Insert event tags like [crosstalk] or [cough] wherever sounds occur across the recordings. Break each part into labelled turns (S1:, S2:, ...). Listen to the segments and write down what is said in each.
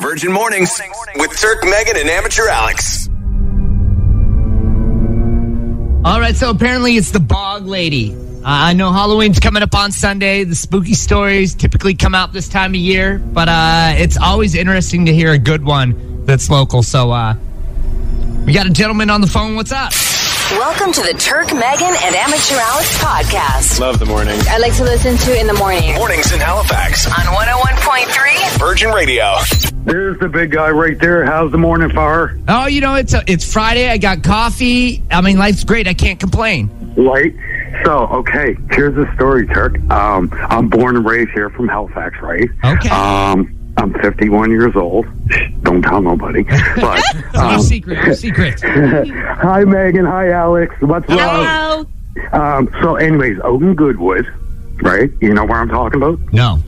S1: Virgin Mornings with Turk, Megan, and Amateur Alex.
S2: All right, so apparently it's the Bog Lady. Uh, I know Halloween's coming up on Sunday. The spooky stories typically come out this time of year, but uh, it's always interesting to hear a good one that's local. So uh, we got a gentleman on the phone. What's up?
S3: Welcome to the Turk, Megan, and Amateur Alex podcast.
S4: Love the morning.
S3: I like to listen to in the morning
S1: Mornings in Halifax.
S3: on 101.3.
S1: Virgin Radio.
S5: There's the big guy right there. How's the morning fire?
S2: Oh, you know it's a, it's Friday. I got coffee. I mean, life's great. I can't complain.
S5: Right. So, okay, here's the story, Turk. Um, I'm born and raised here from Halifax, right?
S2: Okay.
S5: Um, I'm 51 years old. Shh, Don't
S2: [laughs]
S5: tell nobody. But
S2: No
S6: Oh.
S5: um,
S2: secret. No secret.
S5: [laughs] hi, Megan. Hi, Alex. What's up?
S2: Hello.
S5: Um, so, anyways, out in Goodwood, right? You know where I'm talking about?
S2: No.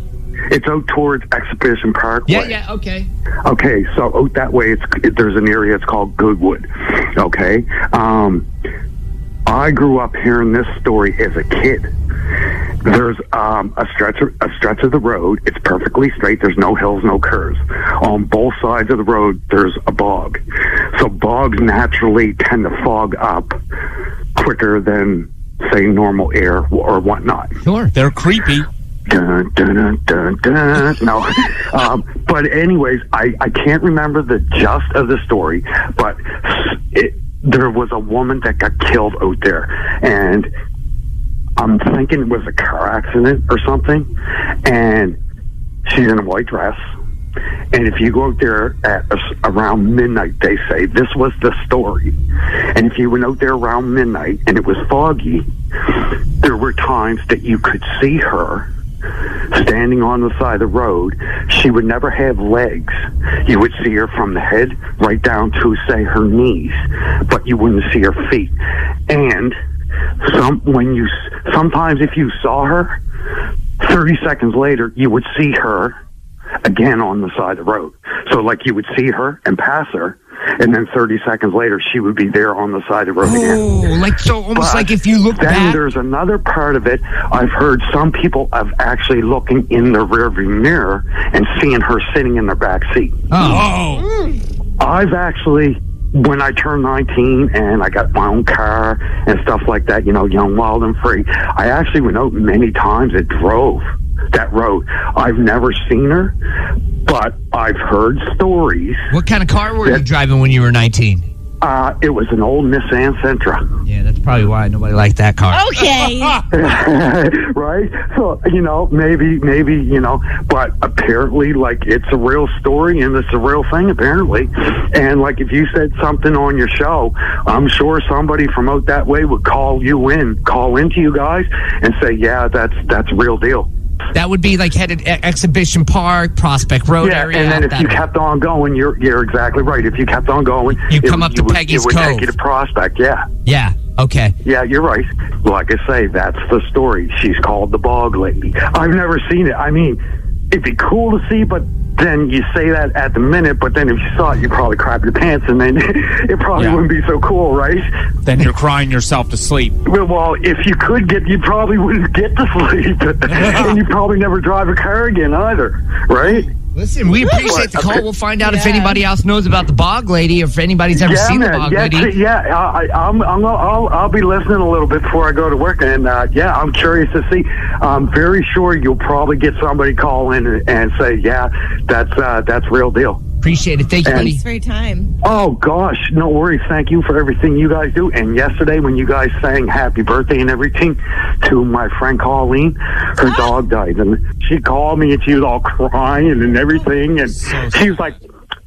S5: It's out towards Exhibition Parkway.
S2: Yeah. Yeah. Okay.
S5: Okay, so out that way, it's there's an area it's called Goodwood. Okay, um, I grew up hearing this story as a kid. There's um, a stretch a stretch of the road. It's perfectly straight. There's no hills, no curves. On both sides of the road, there's a bog. So bogs naturally tend to fog up quicker than say normal air or whatnot
S2: Sure.
S6: They're creepy.
S5: dun, dun, dun, dun, dun. No. um, but anyways, I, I can't remember the gist of the story, but it, there was a woman that got killed out there. And I'm thinking it was a car accident or something. And she's in a white dress. And if you go out there at a- around midnight, they say this was the story. And if you went out there around midnight and it was foggy, there were times that you could see her standing on the side of the road. She would never have legs. You would see her from the head right down to, say, her knees, but you wouldn't see her feet. And some when you sometimes if you saw her, thirty seconds later you would see her again on the side of the road. So like you would see her and pass her, and then thirty seconds later she would be there on the side of the road
S2: [gasps]
S5: again.
S2: Oh, like so, almost
S5: But
S2: like if you look
S5: then
S2: back.
S5: there's another part of it. I've heard some people of actually looking in the rearview mirror and seeing her sitting in their back seat.
S2: Oh,
S5: I've actually, when I turned 19 and I got my own car and stuff like that, you know, young, wild, and free, I actually went out many times and drove that road. I've never seen her, but I've heard stories.
S2: what kind of car were you driving when you were 19?
S5: Uh, it was an old Nissan Sentra.
S2: Yeah, that's probably why nobody liked that car.
S7: Okay.
S5: [laughs] right? So you know, maybe, maybe you know, but apparently, like it's a real story and it's a real thing, apparently. And like if you said something on your show, I'm sure somebody from out that way would call you in, call into you guys, and say, yeah, that's that's real deal.
S2: That would be like headed e- Exhibition Park, Prospect Road
S5: Yeah,
S2: area.
S5: and then if
S2: that-
S5: you kept on going, you're you're exactly right. If you kept on going,
S2: You
S5: it
S2: come
S5: would-
S2: up to
S5: it would-
S2: Peggy's
S5: It would
S2: Cove.
S5: take you to Prospect. Yeah,
S2: yeah, okay.
S5: yeah, you're right. Like I say, that's the story. She's called the Bog Lady. I've never seen it. I mean, it'd be cool to see, but then you say that at the minute, but then if you saw it, you'd probably crap your pants, and then [laughs] it probably
S6: Yeah.
S5: wouldn't be so cool, right?
S6: Then you're crying yourself to sleep.
S5: Well, well, if you could get, you probably wouldn't get to [laughs] sleep, and you probably never drive a car again either, right?
S2: Listen, we appreciate the call. We'll find out if
S7: Yeah.
S2: anybody else knows about the Bog Lady, or if anybody's ever
S5: yeah,
S2: seen
S5: man.
S2: the Bog
S5: yeah,
S2: Lady.
S5: t- yeah. I, I- I'm, I'm, I'll, I'll be listening a little bit before I go to work, and uh, yeah, I'm curious to see. I'm very sure you'll probably get somebody call in and, and say, "Yeah, that's uh, that's real deal."
S2: Appreciate it. Thank you,
S5: And-
S2: buddy.
S7: Thanks for your time.
S5: Oh gosh, no worries. Thank you for everything you guys do. And yesterday, when you guys sang "Happy Birthday" and everything to my friend Colleen, her dog died, and she called me and she was all crying and everything, and she was like.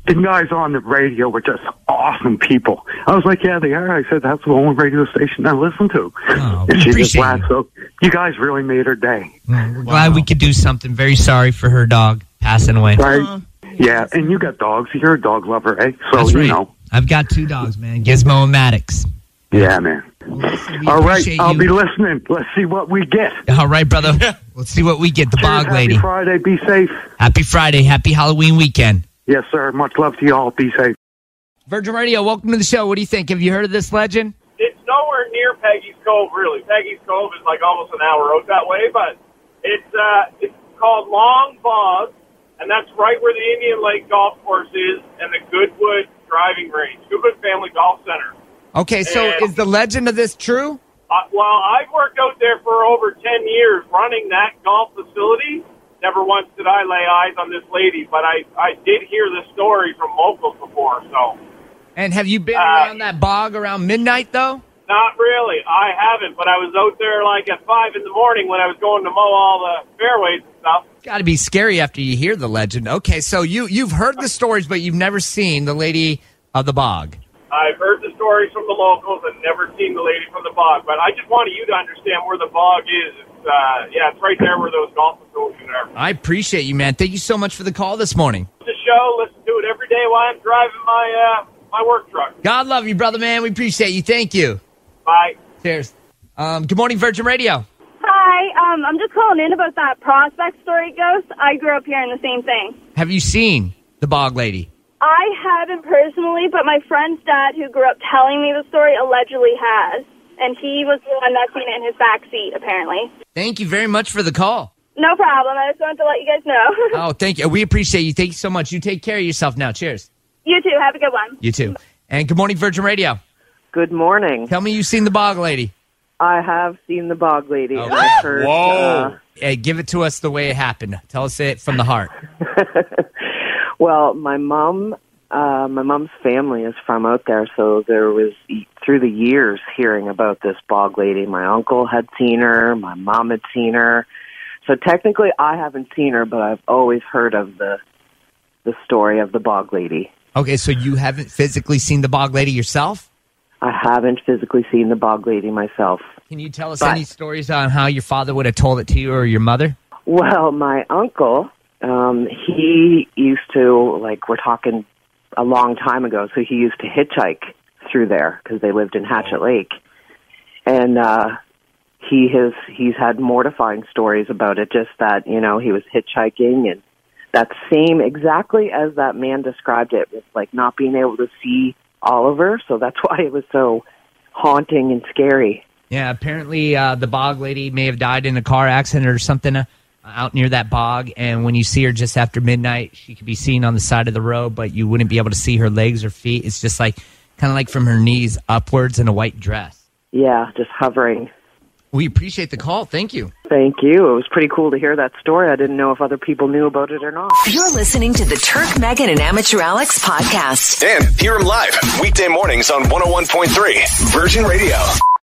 S5: The guys on the radio were just awesome people. I was like, "Yeah, they are." I said, "That's the only radio station I listen to."
S2: Oh, we
S5: and she just
S2: appreciate
S5: laughed. So you guys really made her day,
S2: Mm, We're glad we could do something. Very sorry for her dog passing away.
S5: right?
S7: Aw.
S5: yeah, and you got dogs. You're a dog lover, eh? So
S2: Uh-huh. That's
S5: you
S2: right.
S5: know,
S2: I've got two dogs, man, Gizmo and Maddox.
S5: yeah, man.
S2: We
S5: All right,
S2: appreciate
S5: I'll
S2: you.
S5: be listening. Let's see what we get.
S2: All right, brother. Let's see what we get. The
S5: Cheers,
S2: Bog
S5: happy
S2: Lady.
S5: Friday. Be safe.
S2: Happy Friday. Happy Halloween weekend.
S5: Yes, sir. Much love to you all. Be safe.
S2: Virgin Radio, welcome to the show. What do you think? Have you heard of this legend?
S8: it's nowhere near Peggy's Cove, really. Peggy's Cove is like almost an hour out that way, but it's uh, it's called Long Bog, and that's right where the Indian Lake Golf Course is and the Goodwood Driving Range, Goodwood Family Golf Center.
S2: Okay, so
S8: Yeah.
S2: is the legend of this true?
S8: Uh, well, I've worked out there for over 10 years running that golf facility. Never once did I lay eyes on this lady, but I, I did hear the story from locals before, so
S2: And have you been
S8: Uh,
S2: around that bog around midnight though?
S8: not really. I haven't, but I was out there like at 5 in the morning when I was going to mow all the fairways and stuff.
S2: Got to be scary after you hear the legend. Okay, so you you've heard the stories, but you've never seen the lady of the bog.
S8: I've heard the stories from the locals and never seen the lady from the bog, but I just wanted you to understand where the bog is. It's, uh, yeah, it's right there where those golf facilities are.
S2: I appreciate you, man. Thank you so much for the call this morning.
S8: The show, listen to it every day while I'm driving my uh, my work truck.
S2: God love you, brother, man. We appreciate you. Thank you.
S8: Bye.
S2: Cheers. Um, good morning, Virgin Radio.
S4: Hi, um, I'm just calling in about that prospect story ghost. I grew up hearing the same thing.
S2: Have you seen the bog lady?
S4: I haven't personally, but my friend's dad, who grew up telling me the story, allegedly has. And he was the one that seen it in his back seat, apparently.
S2: Thank you very much for the call.
S4: No problem. I just wanted to let you guys know. [laughs]
S2: Oh, thank you. We appreciate you. Thank you so much. You take care of yourself now. Cheers.
S4: you too. Have a good one.
S2: You too. And good morning, Virgin Radio.
S7: Good morning.
S2: Tell me you've seen the bog lady.
S7: I have seen the bog lady.
S2: Oh,
S7: and I've heard,
S6: Whoa.
S2: Hey, Uh, give it to us the way it happened. Tell us it from the heart.
S7: uh, well, my mom, uh, my mom's family is from out there, so there was e, through the years hearing about this bog lady. My uncle had seen her. My mom had seen her. So technically, I haven't seen her, but I've always heard of the the story of the bog lady.
S2: Okay, so you haven't physically seen the bog lady yourself?
S7: I haven't physically seen the bog lady myself.
S2: Can you tell us
S7: But-
S2: any stories on how your father would have told it to you or your mother?
S7: Well, my uncle, um, he used to like we're talking a long time ago, so he used to hitchhike through there because they lived in Hatchet Lake, and uh, he has he's had mortifying stories about it. Just that you know he was hitchhiking and that same exactly as that man described it with like not being able to see Oliver, so that's [laughs] why it was so haunting and scary.
S2: Yeah, apparently uh, the bog lady may have died in a car accident or something uh, out near that bog. And when you see her just after midnight, she could be seen on the side of the road, but you wouldn't be able to see her legs or feet. It's just like kind of like from her knees upwards in a white dress.
S7: Yeah, just hovering.
S2: We appreciate the call. Thank you.
S7: Thank you. It was pretty cool to hear that story. I didn't know if other people knew about it or not.
S3: [laughs] You're listening to the Turk, Megan, and Amateur Alex podcast.
S1: oh And hear him live weekday mornings on 101.3 Virgin Radio.